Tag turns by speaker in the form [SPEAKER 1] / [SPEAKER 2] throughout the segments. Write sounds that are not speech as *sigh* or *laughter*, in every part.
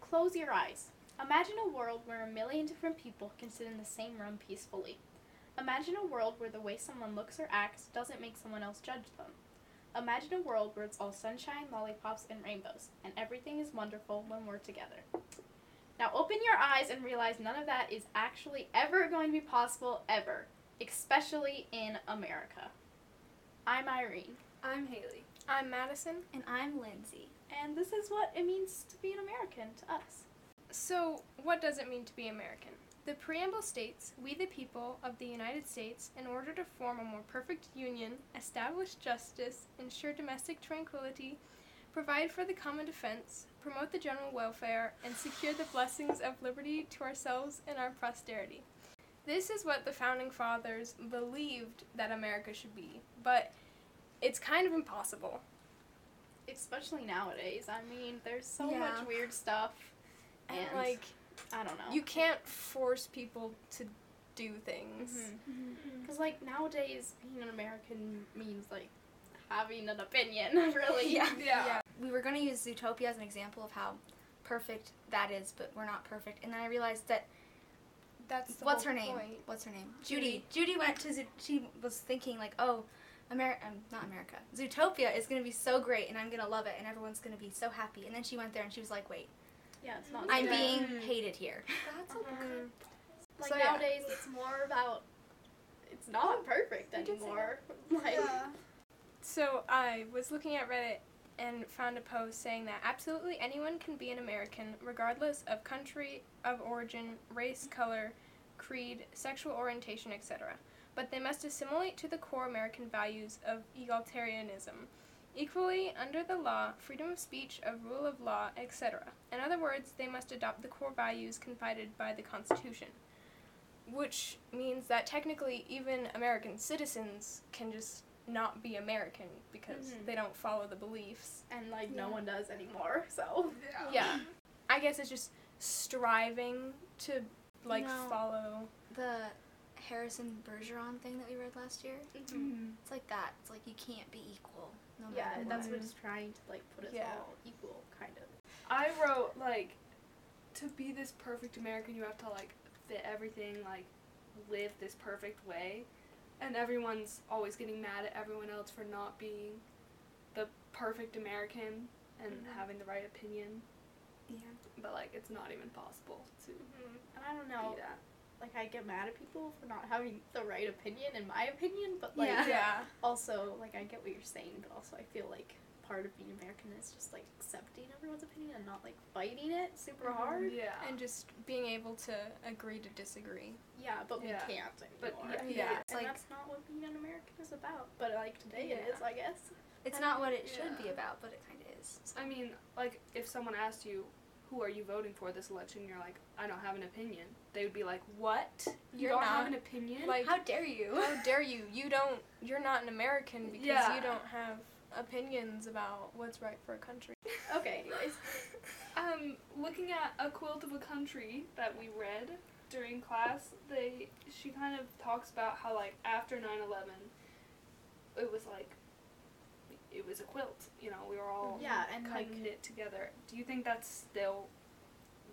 [SPEAKER 1] Close your eyes. Imagine a world where a million different people can sit in the same room peacefully. Imagine a world where the way someone looks or acts doesn't make someone else judge them. Imagine a world where it's all sunshine, lollipops, and rainbows, and everything is wonderful when we're together. Now open your eyes and realize none of that is actually ever going to be possible, ever, especially in America. I'm Irene,
[SPEAKER 2] I'm Haley.
[SPEAKER 3] I'm Madison.
[SPEAKER 4] And I'm Lindsay.
[SPEAKER 1] and this is what it means to be an American to us.
[SPEAKER 3] So, what does it mean to be American? The preamble states, We the people of the United States, in order to form a more perfect union, establish justice, ensure domestic tranquility, provide for the common defense, promote the general welfare, and secure the blessings of liberty to ourselves and our posterity. This is what the founding fathers believed that America should be, but it's kind of impossible.
[SPEAKER 1] Especially nowadays. I mean, there's so
[SPEAKER 2] Yeah.
[SPEAKER 1] much weird stuff. And, oh.
[SPEAKER 3] And like
[SPEAKER 1] I don't know.
[SPEAKER 3] you can't force people to do things.
[SPEAKER 4] Mm-hmm.
[SPEAKER 3] hmm.
[SPEAKER 1] Because, Mm-hmm. like, nowadays, being an American means, like, having an opinion, *laughs* really.
[SPEAKER 2] Yeah.
[SPEAKER 3] *laughs* Yeah.
[SPEAKER 4] We were going to use Zootopia as an example of how perfect that is, but we're not perfect. And then I realized that
[SPEAKER 3] That's the
[SPEAKER 4] what's
[SPEAKER 3] whole
[SPEAKER 4] her name?
[SPEAKER 3] point.
[SPEAKER 4] What's her name?
[SPEAKER 3] Judy.
[SPEAKER 4] Judy. Judy went to Zoo- she was thinking like, "Oh, America, um, not America. Zootopia is going to be so great and I'm going to love it and everyone's going to be so happy." And then she went there and she was like, "Wait,
[SPEAKER 1] Yeah, it's not
[SPEAKER 4] I'm
[SPEAKER 1] good.
[SPEAKER 4] being
[SPEAKER 2] Mhm.
[SPEAKER 4] hated here."
[SPEAKER 2] That's
[SPEAKER 3] Mhm.
[SPEAKER 2] *laughs*
[SPEAKER 1] Like,
[SPEAKER 3] So, yeah.
[SPEAKER 1] nowadays, it's more about. It's not perfect
[SPEAKER 3] You did say
[SPEAKER 1] anymore. *laughs* Like,
[SPEAKER 3] So I was looking at Reddit and found a post saying that absolutely anyone can be an American, regardless of country of origin, race, color, creed, sexual orientation, etc. But they must assimilate to the core American values of egalitarianism. Equally, under the law, freedom of speech, of rule of law, etc. In other words, they must adopt the core values confided by the Constitution. Which means that technically, even American citizens can just not be American because
[SPEAKER 1] Mhm.
[SPEAKER 3] they don't follow the beliefs.
[SPEAKER 1] and, like, no
[SPEAKER 4] Yeah.
[SPEAKER 1] one does anymore, *laughs* so.
[SPEAKER 3] Yeah. I guess it's just striving to, like,
[SPEAKER 4] No.
[SPEAKER 3] follow.
[SPEAKER 4] The Harrison Bergeron thing that we read last year.
[SPEAKER 2] Mm-hmm. hmm.
[SPEAKER 4] It's like that. It's like you can't be equal no matter
[SPEAKER 1] Yeah,
[SPEAKER 4] what.
[SPEAKER 1] that's what it's trying to, like, put us
[SPEAKER 3] Oh Yeah.
[SPEAKER 1] all equal, kind of.
[SPEAKER 2] I wrote like, to be this perfect American, you have to like fit everything, like live this perfect way, and everyone's always getting mad at everyone else for not being the perfect American and
[SPEAKER 3] Mm-hmm.
[SPEAKER 1] Mhm.
[SPEAKER 2] having the right opinion.
[SPEAKER 4] Yeah.
[SPEAKER 2] But like, it's not even possible to
[SPEAKER 1] And I don't know,
[SPEAKER 2] be that.
[SPEAKER 1] like, I get mad at people for not having the right opinion, in my opinion, but, like,
[SPEAKER 4] Yeah.
[SPEAKER 1] also like I get what you're saying, but also I feel like part of being American is just like accepting everyone's opinion and not like fighting it super hard.
[SPEAKER 2] Yeah.
[SPEAKER 3] And just being able to agree to disagree.
[SPEAKER 1] Yeah, but we
[SPEAKER 2] Yeah.
[SPEAKER 1] can't
[SPEAKER 2] But
[SPEAKER 1] anymore.
[SPEAKER 2] yeah.
[SPEAKER 3] Yeah.
[SPEAKER 4] It's
[SPEAKER 1] and
[SPEAKER 4] like
[SPEAKER 1] that's not what being an American is about. But like today it
[SPEAKER 3] Yeah.
[SPEAKER 1] is, I guess.
[SPEAKER 4] it's not what it should
[SPEAKER 2] Yeah.
[SPEAKER 4] be about, but it kind of is.
[SPEAKER 2] I mean, like, if someone asked you, who are you voting for this election, you're like, I don't have an opinion. They would be like, what? You
[SPEAKER 3] You're
[SPEAKER 2] don't have
[SPEAKER 3] not-
[SPEAKER 2] an opinion?
[SPEAKER 3] Like,
[SPEAKER 4] How dare you?
[SPEAKER 3] How dare you? You don't. You're not an American because
[SPEAKER 2] Yeah.
[SPEAKER 3] you don't have opinions about what's right for a country.
[SPEAKER 1] Okay,
[SPEAKER 3] *laughs*
[SPEAKER 1] anyways.
[SPEAKER 2] um, looking at A Quilt of a Country that we read during class, they she kind of talks about how, like, after 9 11, it was like, it was a quilt. You know, we were all
[SPEAKER 1] Yeah, and
[SPEAKER 2] kind
[SPEAKER 1] like
[SPEAKER 2] of knit together. Do you think that's still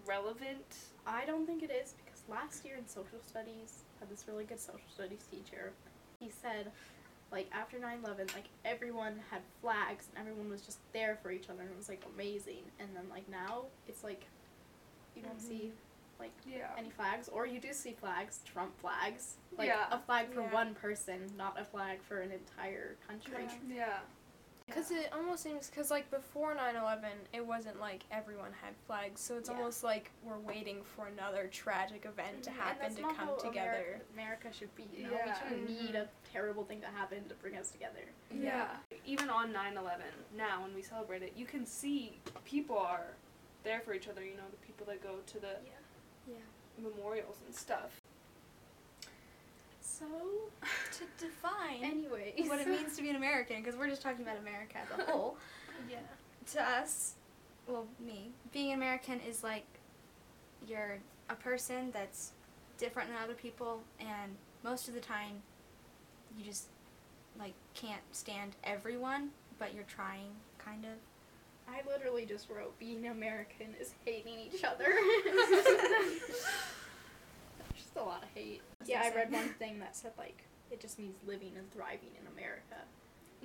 [SPEAKER 2] relevant?
[SPEAKER 1] I don't think it is because last year in social studies, I had this really good social studies teacher. He said, like, after 9 11, like, everyone had flags and everyone was just there for each other and it was, like, amazing. And then, like, now it's like you don't see
[SPEAKER 2] Yeah.
[SPEAKER 1] any flags, or you do see flags, Trump flags. Like,
[SPEAKER 2] Yeah.
[SPEAKER 1] a flag for
[SPEAKER 3] Yeah.
[SPEAKER 1] one person, not a flag for an entire country.
[SPEAKER 3] Yeah.
[SPEAKER 2] yeah.
[SPEAKER 3] Because it almost seems. Because, like, before 9 11, it wasn't like everyone had flags, so it's
[SPEAKER 1] Yeah.
[SPEAKER 3] almost like we're waiting for another tragic event to
[SPEAKER 1] Mhm. And
[SPEAKER 3] happen
[SPEAKER 1] that's
[SPEAKER 3] to
[SPEAKER 1] not
[SPEAKER 3] come
[SPEAKER 1] how
[SPEAKER 3] together.
[SPEAKER 1] America, America should be, you know?
[SPEAKER 2] Yeah.
[SPEAKER 1] We shouldn't
[SPEAKER 3] Mhm.
[SPEAKER 1] need a terrible thing to happen to bring us together.
[SPEAKER 2] Yeah. Even on 9 11, now when we celebrate it, you can see people are there for each other, you know, the people that go to the
[SPEAKER 4] Yeah.
[SPEAKER 2] memorials and stuff.
[SPEAKER 1] So,
[SPEAKER 4] To define
[SPEAKER 1] anyways.
[SPEAKER 4] what it
[SPEAKER 1] *laughs*
[SPEAKER 4] means to be an American, because we're just talking about America as a whole.
[SPEAKER 1] Yeah.
[SPEAKER 4] to us, well, me, being American is like you're a person that's different than other people, and most of the time, you just like can't stand everyone, but you're trying, kind of.
[SPEAKER 1] I literally just wrote being American is hating each *laughs* other. just a lot of hate. Yeah, I *laughs* read one thing that said like it just means living and thriving in America.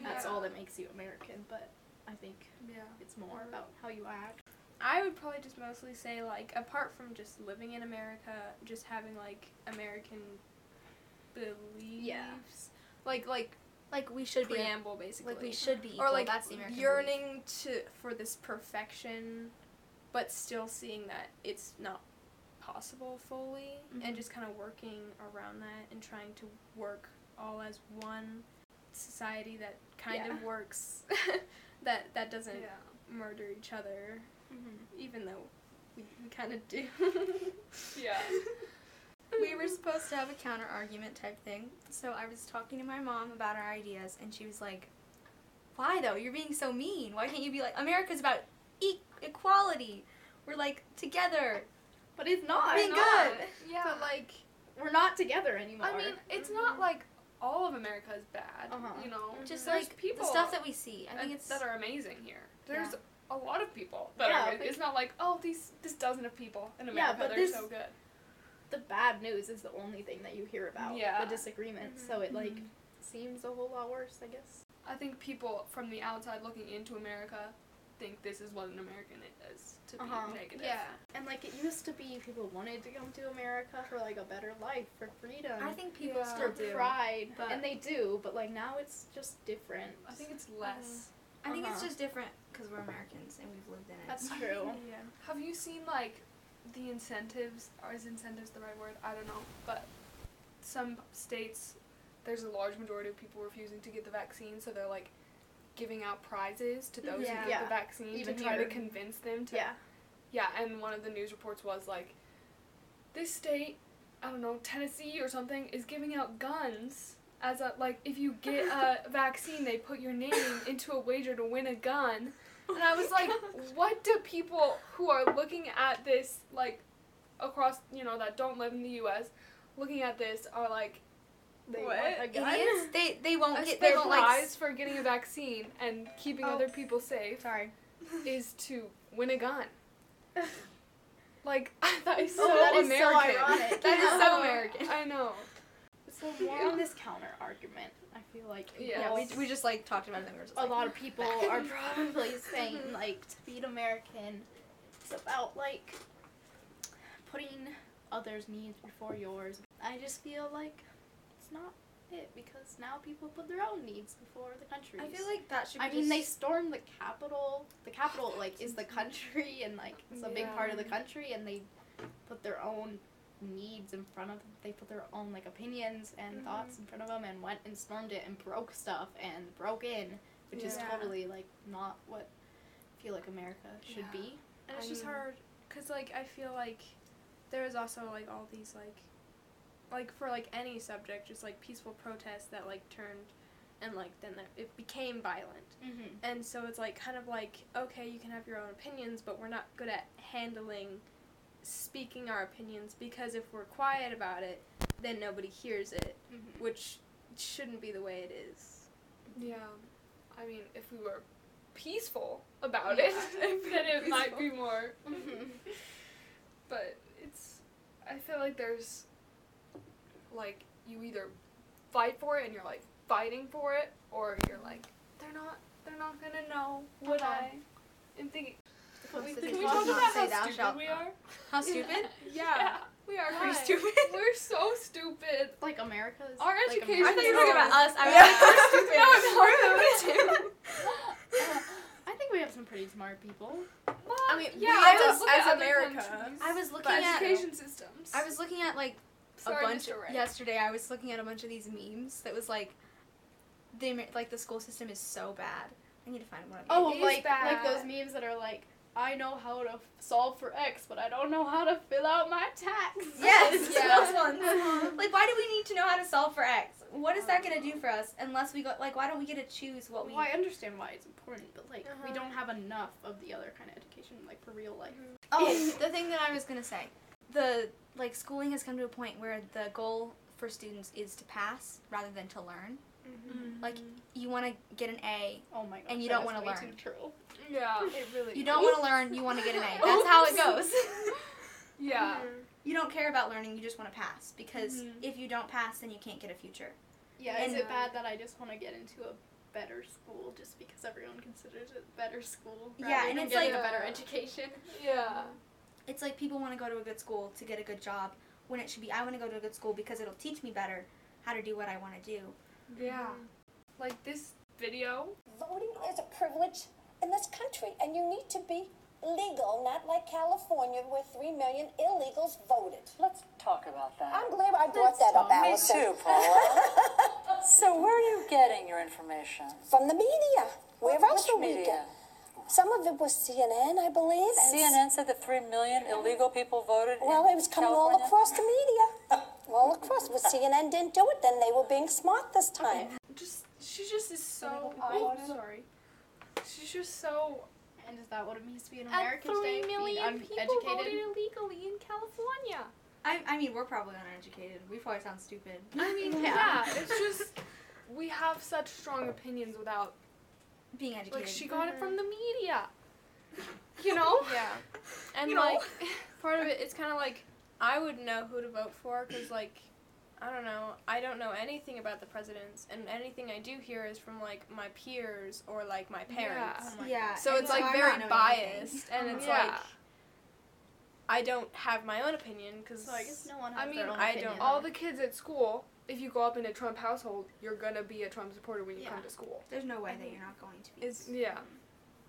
[SPEAKER 1] That's
[SPEAKER 2] Yeah.
[SPEAKER 1] all that makes you American, but I think
[SPEAKER 2] Yeah.
[SPEAKER 1] it's more about how you act.
[SPEAKER 3] I would probably just mostly say like apart from just living in America, just having like American beliefs. Like like
[SPEAKER 4] Like we should be
[SPEAKER 3] preamble basically.
[SPEAKER 4] like we should be equal.
[SPEAKER 3] or like
[SPEAKER 4] that's the American belief.
[SPEAKER 3] yearning to for this perfection but still seeing that it's not possible fully and
[SPEAKER 4] Mhm.
[SPEAKER 3] just kind of working around that and trying to work all as one society that kind of
[SPEAKER 1] Yeah.
[SPEAKER 3] works
[SPEAKER 4] *laughs*
[SPEAKER 3] *laughs* that that doesn't
[SPEAKER 2] Yeah.
[SPEAKER 3] murder each other
[SPEAKER 1] Mm-hmm.
[SPEAKER 3] even though we, we kind of *laughs* do
[SPEAKER 1] *laughs*
[SPEAKER 2] Yeah.
[SPEAKER 4] we were supposed to have a counter argument type thing. So I was talking to my mom about our ideas, and she was like, "Why though? You're being so mean. Why can't you be like America's about e- equality? We're like together,
[SPEAKER 1] But it's not.
[SPEAKER 4] being
[SPEAKER 2] not?
[SPEAKER 4] good."
[SPEAKER 2] Yeah.
[SPEAKER 3] but like
[SPEAKER 1] We're not together anymore.
[SPEAKER 2] I mean, it's not like all of America is bad.
[SPEAKER 1] Uh-huh.
[SPEAKER 2] You know,
[SPEAKER 4] Just
[SPEAKER 2] there's
[SPEAKER 4] like
[SPEAKER 2] people
[SPEAKER 4] the stuff that we see. I
[SPEAKER 2] and-
[SPEAKER 4] think it's
[SPEAKER 2] that are amazing here. There's
[SPEAKER 4] Yeah.
[SPEAKER 2] a lot of people that
[SPEAKER 1] Yeah,
[SPEAKER 2] are. ama-
[SPEAKER 1] but-
[SPEAKER 2] It's not like oh these this dozen of people in
[SPEAKER 1] Yeah,
[SPEAKER 2] America
[SPEAKER 1] but
[SPEAKER 2] they're
[SPEAKER 1] this-
[SPEAKER 2] so good.
[SPEAKER 1] the bad news is the only thing that you hear about.
[SPEAKER 2] Yeah.
[SPEAKER 1] The disagreement. So it like
[SPEAKER 4] Mhm.
[SPEAKER 1] seems a whole lot worse, I guess.
[SPEAKER 2] I think people from the outside looking into America think this is what an American is to be
[SPEAKER 1] Uh-huh.
[SPEAKER 2] negative.
[SPEAKER 3] yeah
[SPEAKER 1] And like it used to be people wanted to come to America for like a better life, for freedom.
[SPEAKER 4] I think people
[SPEAKER 2] Yeah.
[SPEAKER 1] for
[SPEAKER 4] still do.
[SPEAKER 1] pride,
[SPEAKER 4] but-
[SPEAKER 1] and they do, but like now it's just different.
[SPEAKER 2] I think it's
[SPEAKER 1] Mm-hmm.
[SPEAKER 2] less.
[SPEAKER 4] I think it's
[SPEAKER 1] Uh-huh.
[SPEAKER 4] just different because we're Americans and we've lived in it.
[SPEAKER 1] that's true.
[SPEAKER 3] yeah
[SPEAKER 2] Have you seen like the incentives? Or is incentives the right word? I don't know. But some states, there's a large majority of people refusing to get the vaccine, so they're like giving out prizes to those
[SPEAKER 3] Yeah.
[SPEAKER 2] who get
[SPEAKER 1] Yeah.
[SPEAKER 2] the vaccine
[SPEAKER 1] Even
[SPEAKER 2] to try to
[SPEAKER 1] here.
[SPEAKER 2] convince them to.
[SPEAKER 1] yeah,
[SPEAKER 2] Yeah, and one of the news reports was like, this state, I don't know, Tennessee or something, is giving out guns as a like if you get a vaccine, they put your name into a wager to win a gun. And I was like, what do people who are looking at this like across, you know, that don't live in the US, looking at this are like
[SPEAKER 1] they
[SPEAKER 3] What?
[SPEAKER 1] want a gun. *laughs*
[SPEAKER 4] Idiots. They they won't
[SPEAKER 2] a
[SPEAKER 4] get their
[SPEAKER 2] special
[SPEAKER 4] like.
[SPEAKER 2] prize for getting a vaccine and keeping
[SPEAKER 1] Oh.
[SPEAKER 2] other people safe
[SPEAKER 1] Sorry.
[SPEAKER 2] is to win a *laughs* gun. Like *laughs* that is so
[SPEAKER 1] Oh, that is so
[SPEAKER 2] American.
[SPEAKER 1] ironic.
[SPEAKER 2] *laughs* That is so
[SPEAKER 4] Yeah.
[SPEAKER 2] American. I know.
[SPEAKER 1] So
[SPEAKER 2] Yeah.
[SPEAKER 1] on this counter argument, I feel like
[SPEAKER 2] Yeah.
[SPEAKER 4] Yeah, we,
[SPEAKER 1] people-
[SPEAKER 4] we just like talked about it. And we were just
[SPEAKER 1] a
[SPEAKER 4] like,
[SPEAKER 1] lot of people are probably
[SPEAKER 4] *laughs*
[SPEAKER 1] saying like to be an American, it's about like putting others' needs before yours. I just feel like it's not it because now people put their own needs before the country's.
[SPEAKER 4] "Hmm." I feel like that should. Be
[SPEAKER 1] I mean, they
[SPEAKER 4] just-
[SPEAKER 1] stormed the capital. The capital, like, is the country, *laughs* and like, it's a big part of the
[SPEAKER 2] Yeah.
[SPEAKER 1] country, and they put their own needs in front of. They put their own like opinions and
[SPEAKER 2] Mhm.
[SPEAKER 1] thoughts in front of them, and went and stormed it and broke stuff and broke in, which is
[SPEAKER 3] Yeah.
[SPEAKER 1] totally like not what I feel like America should
[SPEAKER 2] Yeah.
[SPEAKER 1] be.
[SPEAKER 3] And it's
[SPEAKER 2] I
[SPEAKER 3] just
[SPEAKER 2] mean-
[SPEAKER 3] hard because like I feel like there was also like all these like like for like any subject just like peaceful protests that like turned and like then there, it became violent
[SPEAKER 1] Mm-hmm.
[SPEAKER 3] and so it's like kind of like okay you can have your own opinions but we're not good at handling speaking our opinions because if we're quiet about it then nobody hears it
[SPEAKER 1] Mm-hmm.
[SPEAKER 3] which shouldn't be the way it is
[SPEAKER 2] Yeah. I mean, if we were peaceful about
[SPEAKER 1] Yeah.
[SPEAKER 2] it, *laughs* then it might be more.
[SPEAKER 1] Mhm.
[SPEAKER 2] But it's. I feel like there's. Like you either fight for it and you're like fighting for it, or you're like they're not. They're not gonna know what
[SPEAKER 1] Uh-huh.
[SPEAKER 2] I am thinking.
[SPEAKER 1] But we
[SPEAKER 4] Can
[SPEAKER 1] think
[SPEAKER 2] Can we
[SPEAKER 1] we
[SPEAKER 2] talk
[SPEAKER 1] should
[SPEAKER 2] about
[SPEAKER 1] not
[SPEAKER 4] say thou
[SPEAKER 2] how
[SPEAKER 4] shalt
[SPEAKER 2] stupid we
[SPEAKER 4] not.
[SPEAKER 2] are?
[SPEAKER 1] *laughs*
[SPEAKER 4] How stupid?
[SPEAKER 2] Yeah, we are
[SPEAKER 3] Pretty Why?
[SPEAKER 2] pretty stupid. *laughs*
[SPEAKER 3] stupid.
[SPEAKER 4] *laughs*
[SPEAKER 2] We're so stupid.
[SPEAKER 1] Like America is.
[SPEAKER 2] Our
[SPEAKER 1] like,
[SPEAKER 2] education
[SPEAKER 4] I
[SPEAKER 1] America-
[SPEAKER 4] thought you were talking about us. I was
[SPEAKER 3] Yeah.
[SPEAKER 4] *laughs* like, we're stupid.
[SPEAKER 1] I think we have some pretty smart people.
[SPEAKER 2] Well,
[SPEAKER 3] I mean,
[SPEAKER 2] yeah,
[SPEAKER 3] we
[SPEAKER 2] I
[SPEAKER 3] as-
[SPEAKER 2] was looking
[SPEAKER 3] as
[SPEAKER 2] at other
[SPEAKER 3] America.
[SPEAKER 2] countries.
[SPEAKER 4] I was
[SPEAKER 2] the
[SPEAKER 4] looking at
[SPEAKER 2] education systems.
[SPEAKER 4] I was looking at like
[SPEAKER 2] Sorry,
[SPEAKER 4] a bunch
[SPEAKER 2] Mr. Ray.
[SPEAKER 4] yesterday. I was looking at a bunch of these memes that was like the Amer- like the school system is so bad. I need to find one of these.
[SPEAKER 1] Oh,
[SPEAKER 2] It is
[SPEAKER 1] like like
[SPEAKER 2] bad.
[SPEAKER 1] those memes that are like, I know how to f- solve for X, but I don't know how to fill out my tax. *laughs*
[SPEAKER 4] Yes,
[SPEAKER 2] Yeah.
[SPEAKER 4] those ones. like, why do we need to know how to solve for X? What is that gonna do for us? Unless we go, like, why don't we get to choose what we? *laughs*
[SPEAKER 1] Well, I understand why it's important, but like we
[SPEAKER 3] Uh-huh.
[SPEAKER 1] don't have enough of the other kind of education, like for real life.
[SPEAKER 3] Mm-hmm.
[SPEAKER 4] Oh, the thing that I was gonna say, the like schooling has come to a point where the goal for students is to pass rather than
[SPEAKER 1] Mm-hmm.
[SPEAKER 4] to
[SPEAKER 2] Mm.
[SPEAKER 4] learn. Like, you want to get an A,
[SPEAKER 1] Oh my gosh.
[SPEAKER 4] And you
[SPEAKER 1] that
[SPEAKER 4] don't
[SPEAKER 1] is
[SPEAKER 4] wanna
[SPEAKER 1] way
[SPEAKER 4] learn.
[SPEAKER 1] Too true.
[SPEAKER 2] Yeah.
[SPEAKER 3] It really.
[SPEAKER 4] You don't want to learn, you want to get an A. That's how it goes.
[SPEAKER 2] Yeah.
[SPEAKER 4] *laughs*
[SPEAKER 3] Mm-hmm.
[SPEAKER 4] you don't care about learning, you just want to pass because
[SPEAKER 2] Mhm.
[SPEAKER 4] if you don't pass, then you can't get a future.
[SPEAKER 1] Yeah, is
[SPEAKER 4] And-
[SPEAKER 1] it bad that I just want to get into a better school just because everyone considers it better school?
[SPEAKER 4] Yeah,
[SPEAKER 1] rather
[SPEAKER 4] and
[SPEAKER 1] than
[SPEAKER 4] it's
[SPEAKER 1] getting
[SPEAKER 4] like-
[SPEAKER 1] a better education.
[SPEAKER 2] Yeah.
[SPEAKER 4] It's like people want to go to a good school to get a good job when it should be I want to go to a good school because it'll teach me better how to do what I want to do.
[SPEAKER 2] Yeah. Like this video.
[SPEAKER 5] Voting is a privilege in this country, and you need to be legal, not like California where three million illegals voted.
[SPEAKER 6] Let's talk about that.
[SPEAKER 5] I'm glad I brought that up,
[SPEAKER 6] Me
[SPEAKER 5] Allison.
[SPEAKER 6] *laughs* too, Paula. so where are you getting your information?
[SPEAKER 5] From the media. Where
[SPEAKER 6] Which
[SPEAKER 5] else will we
[SPEAKER 6] media?
[SPEAKER 5] get? Some of it was CNN, I believe. and s-
[SPEAKER 6] CNN said that three million illegal people voted.
[SPEAKER 5] Well,
[SPEAKER 6] in
[SPEAKER 5] it was coming
[SPEAKER 6] California.
[SPEAKER 5] all across the media. *laughs* All across. Well, CNN didn't do it, then they were being smart this time.
[SPEAKER 2] Just she just is so
[SPEAKER 1] Oh,
[SPEAKER 2] I'm sorry. She's just so
[SPEAKER 1] And is that what it means to be an
[SPEAKER 3] And
[SPEAKER 1] American
[SPEAKER 3] three
[SPEAKER 1] today?
[SPEAKER 3] million
[SPEAKER 1] being
[SPEAKER 3] people voted
[SPEAKER 1] uneducated?
[SPEAKER 3] illegally in California.
[SPEAKER 4] I, I mean, we're probably uneducated. We probably sound stupid.
[SPEAKER 2] I
[SPEAKER 4] *laughs*
[SPEAKER 2] mean, yeah, it's just we have such strong opinions without
[SPEAKER 4] Being
[SPEAKER 2] like
[SPEAKER 4] educated.
[SPEAKER 2] she got it from the media. You *laughs* know?
[SPEAKER 3] Yeah. And
[SPEAKER 2] you know? *laughs*
[SPEAKER 3] like part of it, it's kind of like I would know who to vote for because like I don't know, I don't know anything about the presidents, and anything I do hear is from like my peers or like my parents.
[SPEAKER 1] Oh my
[SPEAKER 4] yeah.
[SPEAKER 3] So
[SPEAKER 4] and
[SPEAKER 3] it's like
[SPEAKER 4] I'm
[SPEAKER 3] very
[SPEAKER 4] not knowing anything.
[SPEAKER 3] biased, and it's
[SPEAKER 2] Yeah.
[SPEAKER 3] like I don't have my own opinion because
[SPEAKER 1] So I guess no one
[SPEAKER 2] I
[SPEAKER 1] has
[SPEAKER 2] mean,
[SPEAKER 1] their own
[SPEAKER 3] I
[SPEAKER 1] opinion
[SPEAKER 3] don't-
[SPEAKER 1] on
[SPEAKER 2] all
[SPEAKER 1] it.
[SPEAKER 2] the kids at school, if you go up in a Trump household, you're gonna be a Trump supporter when you come
[SPEAKER 1] Yeah.
[SPEAKER 2] to school.
[SPEAKER 4] There's no way that you're not going to be.
[SPEAKER 3] is
[SPEAKER 2] Yeah.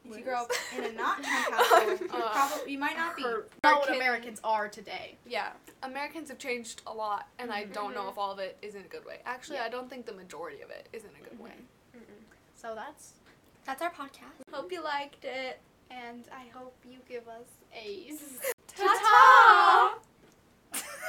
[SPEAKER 4] If you grow *laughs* up in a not Trump household, you probably you might not be.
[SPEAKER 2] Her-
[SPEAKER 1] Not what
[SPEAKER 3] American-
[SPEAKER 1] Americans are today.
[SPEAKER 3] yeah.
[SPEAKER 2] Americans have changed a lot, and I don't know
[SPEAKER 3] Mhm.
[SPEAKER 2] if all of it is in a good way. Actually,
[SPEAKER 1] Yeah.
[SPEAKER 2] I don't think the majority of it is in a good way.
[SPEAKER 1] So that's
[SPEAKER 4] That's our podcast. Hope you liked it.
[SPEAKER 1] and I hope you give us A's.